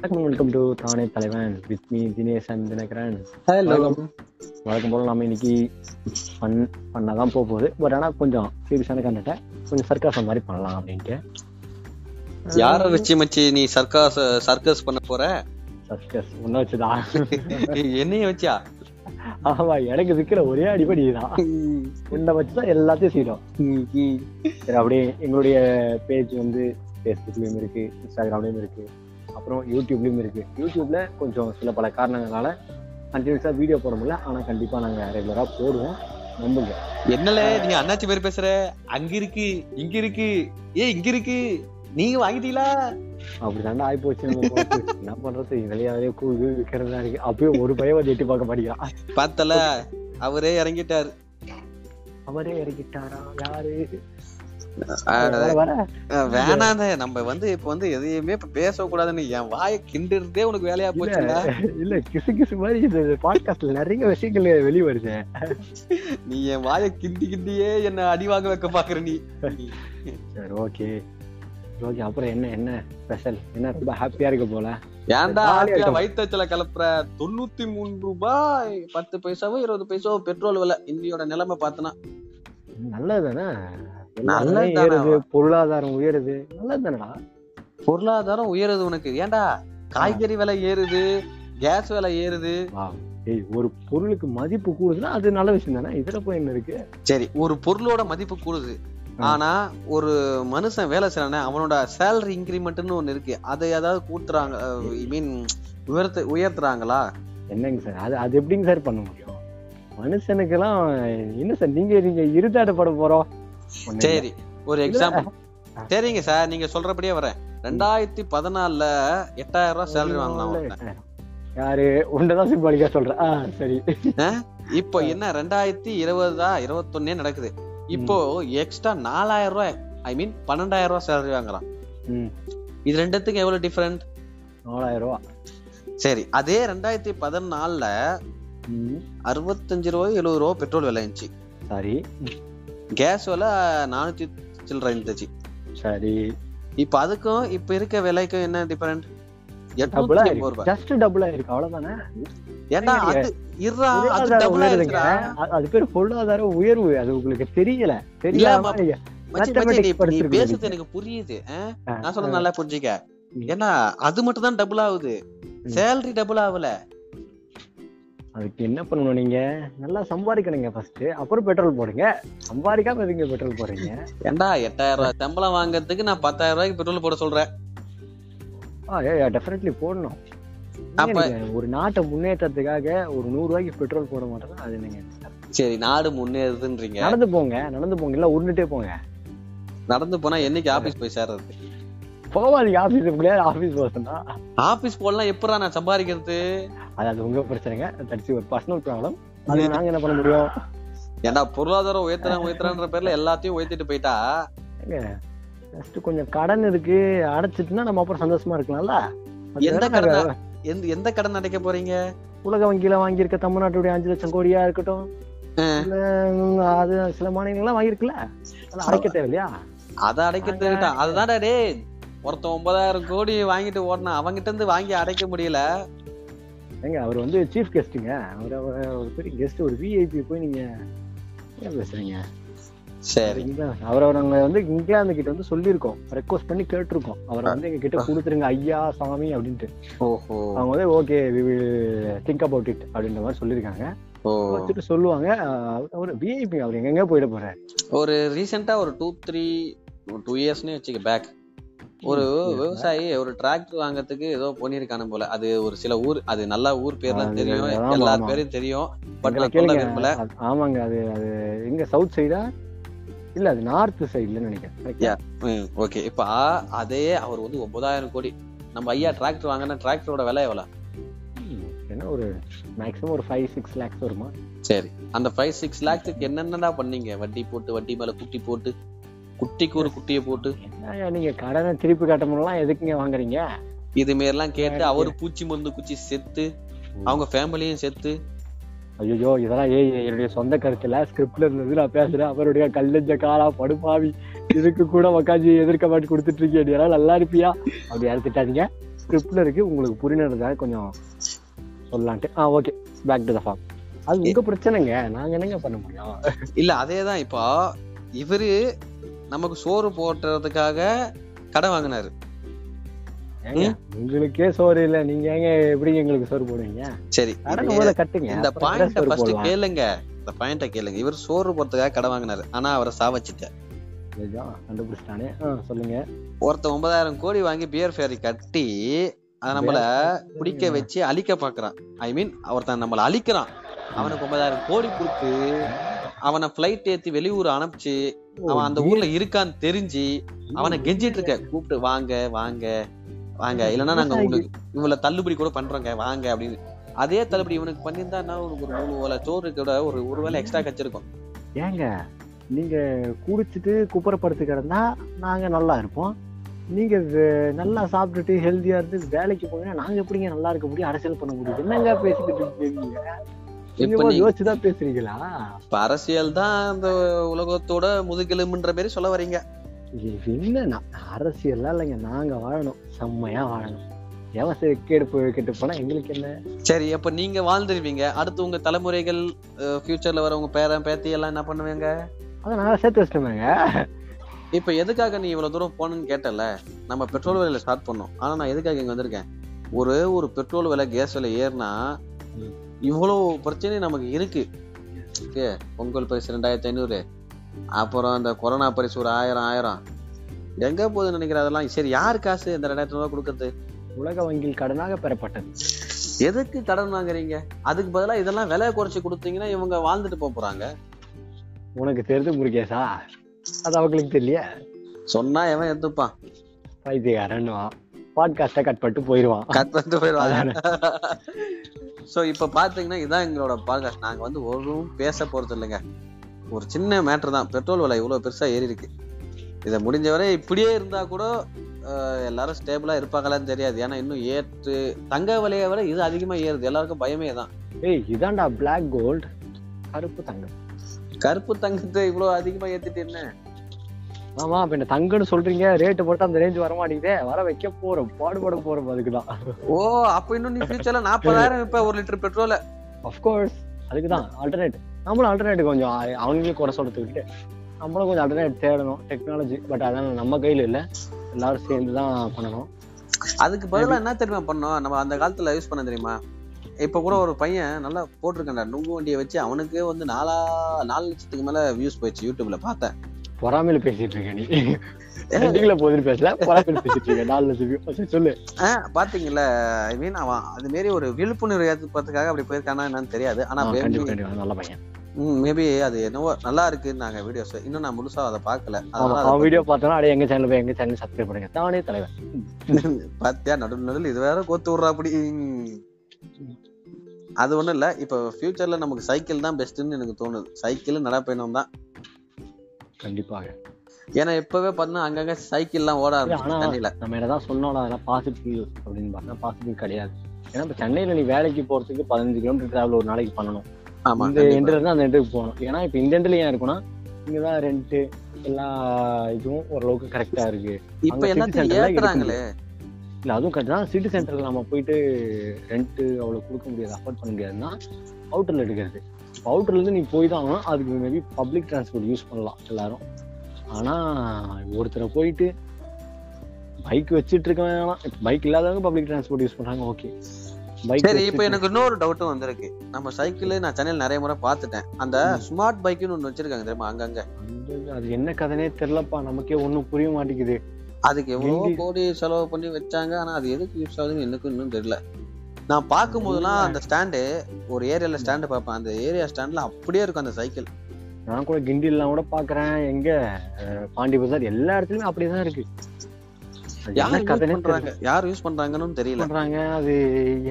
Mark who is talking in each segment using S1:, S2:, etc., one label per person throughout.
S1: வணக்கம் welcome to தானே தலைவன் with me Dinesh and Dinakaran
S2: hello
S1: வழக்கம் போல் நம்ம இன்னைக்கு ஃபன் பண்ணாதான் தான் போக போகுது பட் ஆனால் கொஞ்சம் சீரியஸான கண்டட்ட கொஞ்சம் சர்க்காசம் மாதிரி பண்ணலாம் அப்படின்ட்டு
S2: யார வச்சு மச்சி நீ சர்க்கஸ் சர்க்கஸ் பண்ண போற
S1: சர்க்கஸ் ஒன்றும் வச்சுதா
S2: என்னைய வச்சா
S1: ஆமா எனக்கு விற்கிற ஒரே அடிப்படி தான் உன்னை வச்சு தான் எல்லாத்தையும் செய்யறோம் சரி அப்படியே எங்களுடைய பேஜ் வந்து ஃபேஸ்புக்லயும் இருக்கு இன்ஸ்டாகிராம்லயும் இருக்கு அப்புறம் யூடியூப்லயும் இருக்கு யூடியூப்ல கொஞ்சம் சில பல காரணங்களால கண்டினியூஸா வீடியோ போட முடியல ஆனா கண்டிப்பா நாங்க ரெகுலரா போடுவோம் நம்புங்க
S2: என்னல நீ அண்ணாச்சி பேர் பேசுற அங்க இருக்கு இங்க இருக்கு ஏ இங்க இருக்கு நீங்க வாங்கிட்டீங்களா
S1: அப்படி தாண்டா ஆகி போச்சு நம்ம போக்கு. என்ன பண்றது வெளியாவே கூவி விற்கிறதா இருக்கு அப்பயே ஒரு பையன் வந்து எட்டி பார்க்க மாட்டேங்கிறான்
S2: பார்த்தல அவரே இறங்கிட்டாரு
S1: அவரே இறக்கிட்டாரா யாரு
S2: ஆஹ்,
S1: வர, வர
S2: வேணாங்க நம்ம வந்து இப்ப வந்து எதையுமே இப்ப பேசக்கூடாதுன்னு என் வாயை கிண்டுறதே உனக்கு வேலையா போச்சுடா
S1: இல்ல கிசு கிசு மாதிரி இது பாட்காஸ்ட்ல நிறைய விஷயங்கள் வெளியே வருது
S2: நீ என் வாயை கிண்டி கிண்டியே என்ன அடி வாங்க வைக்க பாக்குற நீ
S1: சரி ஓகே ஓகே அப்புறம் என்ன என்ன ஸ்பெஷல் என்ன ரொம்ப ஹாப்பியா இருக்க போல
S2: ஏன்டா
S1: ஜாலியா
S2: ஆத்துல
S1: இருக்கும்.
S2: வயிற்றுல கலப்புற தொண்ணூத்தி மூணு ரூபாய் பத்து பைசாவோ இருபது பைசாவோ பெட்ரோல் விலை இந்தியோட நிலைமை பார்த்தனா
S1: நல்லதுதானே
S2: நல்லதுதானே?
S1: எல்லாமே ஏறுது பொருளாதாரம் உயருது நல்லதுதானடா
S2: பொருளாதாரம் உயருது உனக்கு ஏன்டா காய்கறி விலை ஏறுது கேஸ் விலை ஏறுது
S1: ஏய் ஒரு பொருளுக்கு மதிப்பு கூடுதுன்னா அது நல்ல விஷயம் தானே இதுல போய் என்ன இருக்கு
S2: சரி ஒரு பொருளோட மதிப்பு கூடுது ஆனா ஒரு மனுஷன் வேலை செய்யறானே அவனோட சேலரி இன்க்ரிமெண்ட்னு ஒண்ணு இருக்கு அதை ஏதாவது கூட்டுறாங்க ஐ மீன் உயர்த்து உயர்த்துறாங்களா
S1: என்னங்க சார் அது அது எப்படிங்க சார் பண்ண முடியும் மனுஷனுக்கெல்லாம் என்ன சார் நீங்க நீங்க இருதாடு பட போறோம் ஒண்ணும் இல்ல.
S2: சரி ஒரு எக்ஸாம்பிள் சரிங்க சார் நீங்க சொல்றபடியே வரேன் ரெண்டாயிரத்தி பதினாலுல எட்டாயிரம் ரூபாய் சேலரி வாங்கினா ஒருத்தன்.
S1: யாரு உண்டதான் சிம்பாலிக்கா சொல்ற ஆ சரி
S2: இப்போ என்ன ரெண்டாயிரத்தி இருபதா இருபத்தொன்னே நடக்குது இப்போ எக்ஸ்ட்ரா நாலாயிரம் ரூபாய் ஐ மீன் பன்னெண்டாயிரம் ரூபாய் சேலரி வாங்குறான்
S1: ம்
S2: இது ரெண்டுத்துக்கும் எவ்வளவு டிஃபரெண்ட்
S1: நாலாயிரம் ரூபா
S2: சரி அதே ரெண்டாயிரத்தி பதினாலுல
S1: ம்,
S2: அறுபத்தஞ்சு ரூபாய் எழுபது ரூபா பெட்ரோல் விலை இருந்துச்சு
S1: சரி
S2: கேஸ் விலை நானூத்தி சில்லறை இருந்துச்சு
S1: சரி
S2: இப்போ அதுக்கும் இப்போ இருக்க விலைக்கும் என்ன டிஃபரெண்ட்
S1: டபுளா
S2: எட்நூத்தி எண்பது ரூபாய்
S1: ஜஸ்ட் டபுளா இருக்கு அவ்வளவுதானே
S2: ஏன்டா அது இருறா அது
S1: பொருளாதார
S2: டபுளா
S1: உயர்வுங்க.
S2: இருக்குடா
S1: அ- அது பேர் பொருளாதார உயர்வு அது உங்களுக்கு தெரியல தெரியாம
S2: இல்ல,
S1: நீங்க-
S2: மச்சி, மச்சி, நீ- நீ
S1: Mathematics
S2: பேசுறது எனக்கு புரியுது ஆ?
S1: ஆ,
S2: நான் சொல்றது நல்லா புரிஞ்சுக்க
S1: ம்.
S2: ஏன்னா அது மட்டும் தான் டபுள் ஆகுது
S1: ம்.
S2: சேலரி டபுள் ஆகல
S1: அதுக்கு என்ன பண்ணணும் நீங்க நல்லா சம்பாதிக்கணுங்க ஃபர்ஸ்ட் அப்புறம் பெட்ரோல் போடுங்க சம்பாதிக்காம எதுங்க பெட்ரோல் போடுறீங்க
S2: ஏன்டா எட்டாயிரம் ரூபாய் சம்பளம் வாங்குறதுக்கு நான் பத்தாயிரம் ரூபாய்க்கு பெட்ரோல் போட சொல்றேன்
S1: டெஃபினெட்லி போடணும்
S2: அப்ப-
S1: ஏங்க, ஒரு நாட்டை முன்னேற்றத்துக்காக ஒரு நூறு ரூபாய்க்கு பெட்ரோல் போட மாட்டேன்னா அது என்னங்க
S2: சரி நாடு முன்னேறுதுன்றீங்க
S1: நடந்து போங்க நடந்து போங்க இல்ல உருண்டுட்டே போங்க
S2: நடந்து போனா என்னைக்கு ஆபீஸ் போய் சேர்றது
S1: போவாதீங்க ஆபீஸ் ஆபீஸ் போச்சுன்னா
S2: ஆபீஸ் போலாம் எப்படா நான் சம்பாதிக்கிறது
S1: அது அது உங்க பிரச்சனைங்க தட்ஸ் ஒரு பர்சனல் ப்ராப்ளம் அது நாங்க என்ன பண்ண முடியும்
S2: ஏன்டா பொருளாதாரம் உயர்த்தலாம் உயர்த்தலான்ற பேர்ல எல்லாத்தையும் உயர்த்திட்டு போயிட்டா
S1: ஃபர்ஸ்ட் கொஞ்சம் கடன் இருக்கு அடைச்சிட்டுனா நம்ம அப்புறம் சந்தோஷமா இருக்கலாம்ல அது
S2: எந்த
S1: வேணா
S2: கடனை-
S1: நாங்க
S2: எந்த எந்த கடன் அடைக்க போறீங்க
S1: உலக வங்கியில வாங்கியிருக்க தமிழ்நாட்டுடைய அஞ்சு லட்சம் கோடியா இருக்கட்டும் இல்ல, ம், அது சில மாநிலங்கள்லாம் வாங்கியிருக்குல்ல அதெல்லாம் அடைக்க தேவையில்லையா
S2: அதை அடைக்க தெரியுதா அதுதான்டா டேய் ஒருத்தன் ஒன்பதாயிரம் கோடி வாங்கிட்டு ஓடினா அவங்கிட்ட இருந்து வாங்கி அடைக்க முடியல
S1: ஏங்க அவர் வந்து சீஃப் கெஸ்ட்டுங்க அவர் அவர் ஒரு பெரிய கெஸ்ட் ஒரு விஐபி போய் நீங்க என்ன பேசுறீங்க
S2: சரி
S1: அவரை நாங்க வந்து இங்கிலாந்து கிட்ட வந்து சொல்லியிருக்கோம் ரெக்வஸ்ட் பண்ணி கேட்டிருக்கோம் அவரை வந்து எங்க கிட்ட கொடுத்துருங்க ஐயா சாமி அப்படின்ட்டு
S2: ஓஹோ
S1: அவங்க வந்து okay we will think about it அப்படின்ற மாதிரி சொல்லியிருக்காங்க
S2: ஓ
S1: வச்சுட்டு சொல்லுவாங்க அஹ் அவர் விஐபி அவர் எங்கெங்க போயிட போறாரு
S2: ஒரு ரீசெண்டா ஒரு டூ த்ரீ டூ இயர்ஸ்னே வச்சுக்க பேக் ஒரு விவசாயி ஒரு டிராக்டர் வாங்குறதுக்கு ஏதோ பண்ணியிருக்கானு போல அது ஒரு சில ஊர் அது நல்லா ஊர் பேர்லாம்
S1: அது
S2: தெரியும்
S1: ஆமா,
S2: எல்லார்
S1: ஆமா.
S2: பேரும் தெரியும் பட்
S1: எங்களை
S2: நான் சொல்ல
S1: கேளுங்க.
S2: விரும்பல
S1: அது- ஆமாங்க அது அது எங்க சவுத் சைடா இல்ல அது நார்த் சைடுல நினைக்கிறேன் correct ஆ?
S2: ஓகே இப்ப அதே அவர் வந்து ஒன்பதாயிரம் கோடி நம்ம ஐயா டிராக்டர் வாங்கினா டிராக்டரோட விலை எவ்வளவு
S1: ம், என்ன ஒரு மேக்ஸிமம் ஒரு ஃபைவ் சிக்ஸ் லேக்ஸ் வருமா
S2: சரி அந்த ஃபைவ் சிக்ஸ் லேக்ஸுக்கு என்னென்னடா பண்ணீங்க வட்டி போட்டு வட்டி மேல குட்டி போட்டு குட்டிக்கு ஒரு குட்டியை போட்டு
S1: என்னய்யா நீங்க கடனை திருப்பி கட்ட முடியலாம் எதுக்குங்க வாங்குறீங்க
S2: இது மாரிலாம் கேட்டு அவரு பூச்சி மருந்து குச்சி செத்து அவங்க ஃபேமிலியும் செத்து
S1: ஐயோ இதெல்லாம் ஏய் ஏய், என்னுடைய சொந்த கருத்துல ஸ்கிரிப்ட்ல இருந்தது நான் பேசுறேன் அவருடைய கல்லஞ்ச காலா படுபாவி இதுக்கு கூட உக்காந்து எதிர்க்க மாட்டி கொடுத்துட்டு இருக்கேன் நீ எல்லாம் நல்லா இருப்பியா அப்படி யாரும் திட்டாதீங்க ஸ்கிரிப்ட்ல இருக்கு உங்களுக்கு புரியுன்றதாக கொஞ்சம் சொல்லலான்ட்டு ஆ okay back to the form அது உங்க பிரச்சனைங்க நாங்க என்னங்க பண்ண முடியும்
S2: இல்ல அதேதான் இப்போ இவரு நமக்கு சோறு போட்டுறதுக்காக கடை வாங்கினாரு
S1: ஏங்க, உங்களுக்கே சோறு இல்ல நீங்க ஏங்க எப்படி எங்களுக்கு சோறு போடுவீங்க
S2: சரி
S1: கடன்
S2: இது-
S1: முதல்ல கட்டுங்க
S2: இந்த
S1: அப்புறம் கூட
S2: பாயிண்ட
S1: சோறு
S2: ஃபர்ஸ்ட்
S1: போடலாம்.
S2: கேளுங்க இந்த பாயிண்ட கேளுங்க இவர் சோறு போறதுக்காக கடை வாங்கினாரு ஆனா அவரை சாவச்சிட்ட
S1: ஐயோ, கண்டுபிடிச்சிட்டானே ஆ, சொல்லுங்க
S2: ஒருத்த ஒன்பதாயிரம் கோடி வாங்கி பியர் ஃபேரி கட்டி அதை நம்மள குடிக்க வச்சு அழிக்க பாக்குறான் ஐ மீன் ஒருத்தன் நம்மள அழிக்கிறான் அவனுக்கு ஒன்பதாயிரம் கோடி கொடுத்து அவனை ஃபிளைட் ஏத்தி வெளியூர் அனுப்பிச்சு அவன் அந்த ஊர்ல இருக்கான்னு தெரிஞ்சு அவனை கெஞ்சிட்டு இருக்க கூப்பிட்டு வாங்க வாங்க வாங்க இல்லைன்னா நாங்க உங்களுக்கு இவ்வளவு தள்ளுபடி கூட பண்றோங்க வாங்க அப்படின்னு அதே தள்ளுபடி இவனுக்கு பண்ணியிருந்தா என்ன, உனக்கு ஒரு மூணு வேலை சோறு கூட ஒரு ஒரு வேலை எக்ஸ்ட்ரா கச்சிருக்கும்
S1: ஏங்க நீங்க குடிச்சிட்டு குப்புறப்படுத்து கிடந்தா நாங்க நல்லா இருப்போம் நீங்க வே- நல்லா சாப்பிட்டுட்டு ஹெல்தியா இருந்து வேலைக்கு போனீங்கன்னா நாங்க எப்படிங்க நல்லா இருக்க முடியும் அரசியல் பண்ண முடியும் என்னங்க பேசிக்கிட்டு இருக்கீங்க
S2: இப்ப
S1: கொஞ்சமா
S2: நீ-
S1: யோசிச்சுதான் பேசுறீங்களா
S2: இப்ப அரசியல் தான் அந்த உலகத்தோட முதுகெலும்புன்ற மாதிரி சொல்ல வரீங்க
S1: இது என்ன நான் அரசியல்லாம் இல்லைங்க நாங்க வாழணும் செம்மையா வாழணும் விவசாய கேடு போய் கெட்டு போனா எங்களுக்கு என்ன
S2: சரி அப்ப நீங்க வாழ்ந்துருவீங்க அடுத்து உங்க தலைமுறைகள் ஃபியூச்சர்ல வர உங்க பேரன் பேத்தி எல்லாம் என்ன பண்ணுவீங்க
S1: அதை நாங்க சேர்த்து வச்சிட்டோமேங்க
S2: இப்ப எதுக்காக நீ இவ்வளவு தூரம் போனன்னு கேட்டல நம்ம பெட்ரோல் விலையில ஸ்டார்ட் பண்ணோம் ஆனா நான் எதுக்காக இங்க வந்திருக்கேன் ஒரு ஒரு பெட்ரோல் விலை கேஸ் விலை ஏறினா
S1: ம்.
S2: இவ்வளவு பிரச்சனை நமக்கு இருக்கு Okay, பொங்கல் பரிசு ரெண்டாயிரத்தி ஐநூறு அப்புறம் அந்த கொரோனா பரிசு ஒரு ஆயிரம் ஆயிரம் எங்க போகுதுன்னு நினைக்கிற அதெல்லாம் சரி யார் காசு இந்த ரெண்டாயிரத்தி ரூபாய் கொடுக்கறது
S1: உலக வங்கியில் கடனாக பெறப்பட்டது
S2: எதுக்கு கடன் வாங்குறீங்க அதுக்கு பதிலா இதெல்லாம் விலை குறைச்சு கொடுத்தீங்கன்னா இவங்க வாழ்ந்துட்டு போக போறாங்க
S1: உனக்கு தெரிஞ்சு முருகேசா அது அவங்களுக்கு தெரியலையா
S2: சொன்னா எவன் எடுத்துப்பான்
S1: பைத்தியக்காரன்னுவான் பாட்காஸ்டை கட் பண்ணிட்டு போயிடுவான்
S2: கத்துட்டு போயிடுவாங்க சோ இப்ப பாத்தீங்கன்னா இதான் எங்களோட பாட்காஸ்ட் நாங்க வந்து ஒன்றும் பேச போறது இல்லைங்க ஒரு சின்ன மேட்டர் தான் பெட்ரோல் விலை இவ்வளவு பெருசா ஏறி இருக்கு இதை முடிஞ்ச வரை இப்படியே இருந்தா கூட அஹ், எல்லாரும் ஸ்டேபிளா இருப்பாங்களான்னு தெரியாது ஏன்னா இன்னும் ஏற்று தங்க விலையை விட இது அதிகமா ஏறுது எல்லாருக்கும் பயமே தான்
S1: ஏய் இதான்டா பிளாக் கோல்டு கருப்பு தங்கம்
S2: கருப்பு தங்கத்தை இவ்வளவு அதிகமா ஏத்திட்டு என்ன
S1: ஆமா அப்ப இந்த தங்கம்னு சொல்றீங்க ரேட்டு போட்டு அந்த ரேஞ்ச் வர மாட்டேங்குதே வர வைக்க போறோம் பாடுபட போறோம் அதுக்குதான்
S2: ஓ அப்ப இன்னும் நீ ஃபியூச்சர்ல நாற்பதாயிரம் இப்ப ஒரு லிட்டர் பெட்ரோல
S1: அஃப்கோர்ஸ் அதுக்குதான் ஆல்டர்னேட் நம்மளும் ஆல்டர்னேட் கொஞ்சம் அ- அவங்களுக்கு குறை சொல்றது விட்டு நம்மளும் கொஞ்சம் ஆல்டர்னேட் தேடணும் டெக்னாலஜி பட் அதான் நம்ம கையில இல்ல எல்லாரும் சேர்ந்து தான் பண்ணணும்
S2: அதுக்கு பதிலா என்ன தெரியுமா பண்ணோம் நம்ம அந்த காலத்துல யூஸ் பண்ண தெரியுமா இப்ப கூட ஒரு பையன் நல்லா போட்டிருக்கேன்டா நுங்கு வண்டியை வச்சு அவனுக்கு வந்து நாலா நாலு லட்சத்துக்கு மேல வியூஸ் போயிடுச்சு யூடியூப்ல பார்த்தேன்
S1: பொறாமையில பேசிட்டு இருக்க நீ ரெண்டுக்குள்ள போதுன்னு பேசல பொறாமையில பேசிட்டு இருக்க நாலு லட்சம் view. சரி, சொல்லு
S2: அஹ், பாத்தீங்கல்ல ஐ மீன் அவன் அது மாரி ஒரு விழிப்புணர்வு ஏற்படுறதுக்காக அப்படி போயிருக்கானா என்னன்னு தெரியாது ஆனா
S1: ஆ, கண்டிப்பா கண்டிப்பா நல்ல பையன்
S2: மேபி அது என்னவோ நல்லா இருக்குன்னாங்க வீடியோஸ் இன்னும் நான் முழுசா அதை பார்க்கல
S1: ஆமா,
S2: அதனால
S1: அவன் வீடியோ பார்த்தோன்னா அடைய எங்க சேனல் போய் எங்க சேனல் சப்ஸ்கிரைப் பண்ணுங்க தானே தலைவர்
S2: பாத்தியா நடு நடுவில் இது வேற கோத்து விடுறா அப்படி அது ஒண்ணும் இல்ல இப்ப ஃபியூச்சர்ல நமக்கு சைக்கிள் தான் பெஸ்ட்னு எனக்கு தோணுது சைக்கிள் நடைப்பயணம் தான்
S1: கண்டிப்பாக
S2: ஏன்னா இப்பவே பார்த்தா அங்கங்க சைக்கிள் எல்லாம் ஓட ஆரம்பிச்சு
S1: ஆனா-
S2: தண்ணியில
S1: நம்ம என்னதான் சொன்னோம்ல அதெல்லாம் பாசிட்டிவ் யூஸ் அப்படின்னு பார்த்தா பாசிட்டிவ் கிடையாது ஏன்னா இப்ப சென்னையில நீ வேலைக்கு போறதுக்கு பதினஞ்சு கிலோமீட்டர் டிராவல் ஒரு நாளைக்கு பண்ணணும்
S2: ஆமா
S1: இந்த எண்ட்ல இருந்து அந்த எண்டுக்கு போகணும் ஏன்னா இப்ப இந்த எண்ட்ல ஏன் இருக்குன்னா இங்கதான் ரெண்ட் எல்லா இதுவும் ஓரளவுக்கு கரெக்டா இருக்கு
S2: கண்டிப்பா. இப்ப
S1: அங்க
S2: எல்லாத்தையும்
S1: city centerல
S2: ஏத்துறாங்களே
S1: இல்ல அதுவும் கரெக்டா சிட்டி சென்டர்ல நம்ம போயிட்டு ரெண்ட் அவ்வளவு கொடுக்க முடியாது அஃபோர்ட் பண்ண முடியாதுன்னா அவுட்டர்ல எடுக்கிறது இப்போ அவுட்டர்ல இருந்து நீ போய் தான் ஆகணும் அதுக்கு மேபி பப்ளிக் டிரான்ஸ்போர்ட் யூஸ் பண்ணலாம் எல்லாரும் ஆனா ஒருத்தரை போயிட்டு பைக் வச்சிட்டு இருக்க வேணாம் பைக் இல்லாதவங்க பப்ளிக் டிரான்ஸ்போர்ட் யூஸ் பண்றாங்க ஓகே பைக்
S2: சரி இப்ப எனக்கு இன்னொரு டவுட்டும் வந்திருக்கு நம்ம சைக்கிள் நான் சென்னையில் நிறைய முறை பார்த்துட்டேன் அந்த ஸ்மார்ட் பைக்னு ஒண்ணு வச்சிருக்காங்க தெரியுமா அங்கங்க
S1: அது என்ன கதைனே தெரியலப்பா நமக்கே ஒண்ணும் புரிய மாட்டேங்குது
S2: அதுக்கு எவ்வளவு
S1: எங்க-
S2: கோடி செலவு பண்ணி வச்சாங்க ஆனா அது எதுக்கு யூஸ் ஆகுதுன்னு எனக்கும் இன்னும் தெரியல நான் பார்க்கும்போதெல்லாம் அந்த ஸ்டாண்டு ஒரு ஏரியால ஸ்டாண்டு பார்ப்பேன் அந்த ஏரியா ஸ்டாண்ட்ல அப்படியே இருக்கும் அந்த சைக்கிள்
S1: நான் கூட கிண்டிலாம் கூட பாக்குறேன் எங்க அஹ், பாண்டி பஜார் எல்லா இடத்துலயுமே அப்படிதான் இருக்கு அது
S2: யார்
S1: என்ன
S2: use
S1: கதைனே தெரியல
S2: பண்றாங்க யார் யூஸ் பண்றாங்கன்னு தெரியல
S1: பண்றாங்க அது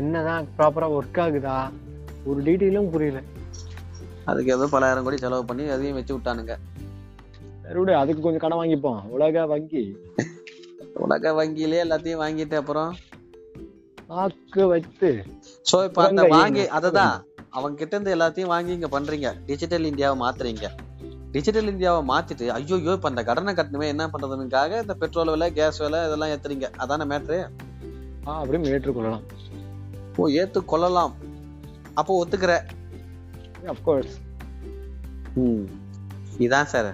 S1: என்னதான் ப்ராப்பரா ஒர்க் ஆகுதா ஒரு டீட்டெயிலும் புரியல
S2: அதுக்கு ஏதோ பலாயிரம் கோடி செலவு பண்ணி அதையும் வச்சு விட்டானுங்க
S1: சரி விடு அதுக்கு கொஞ்சம் கடன் வாங்கிப்போம் உலக வங்கி
S2: உலக வங்கியிலே எல்லாத்தையும் வாங்கிட்டு அப்புறம்
S1: நாக்கு வைத்து
S2: சோ இப்ப அந்த
S1: உலக
S2: வாங்கி அததான் அவங்க கிட்ட இருந்து எல்லாத்தையும் வாங்கி இங்க பண்றீங்க டிஜிட்டல் இந்தியாவை மாத்துறீங்க டிஜிட்டல் இந்தியாவை மாத்திட்டு ஐயோ ஐயோ இப்ப அந்த கடனை கட்டணுமே என்ன பண்றதுனுக்காக இந்த பெட்ரோல் விலை கேஸ் விலை இதெல்லாம் ஏத்துறீங்க அதான மேட்ரு
S1: ஆ அப்படின்னு ஏற்றுக்கொள்ளலாம்
S2: ஓ ஏத்து கொள்ளலாம் அப்போ ஒத்துக்கிற
S1: அப்கோர்ஸ்
S2: இதான் சார்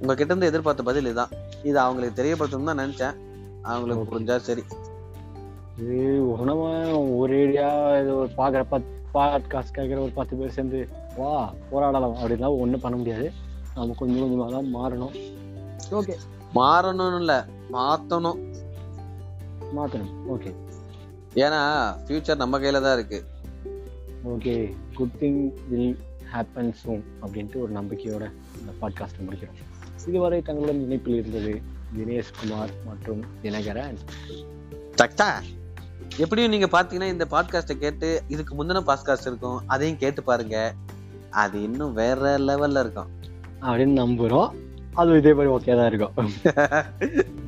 S2: உங்ககிட்ட இருந்து எதிர்பார்த்த பதில் இதுதான் இது அவங்களுக்கு தெரியப்படுத்தணும் தான் நினைச்சேன் அவங்களுக்கு புரிஞ்சா சரி
S1: இது உணவு ஒரு ஏரியா இது ஒரு பார்க்குற பத் பாட்காஸ்ட் கேட்குற ஒரு பத்து பேர் சேர்ந்து வா போராடலாம் அப்படின்னா ஒன்றும் பண்ண முடியாது நம்ம கொஞ்சம் கொஞ்சமாக தான் மாறணும் ஓகே
S2: மாறணும்னு இல்ல மாத்தணும்
S1: மாற்றணும் ஓகே
S2: ஏன்னா ஃபியூச்சர் நம்ம கையில தான் இருக்கு
S1: okay good thing will happen soon அப்படின்ட்டு ஒரு நம்பிக்கையோட இந்த பாட்காஸ்ட்டை முடிக்கிறோம் இதுவரை தங்களுடன் இணைப்பில் இருந்தது தினேஷ்குமார் மற்றும் தினகரன்
S2: சக்தா எப்படியும் நீங்க பாத்தீங்கன்னா இந்த பாட்காஸ்ட்டை கேட்டு இதுக்கு முந்தின பாட்காஸ்ட் இருக்கும் அதையும் கேட்டு பாருங்க அது இன்னும் வேற லெவல்ல இருக்கும்
S1: அப்படின்னு நம்புகிறோம் அது இதே மாதிரி ஓகே தான் இருக்கும்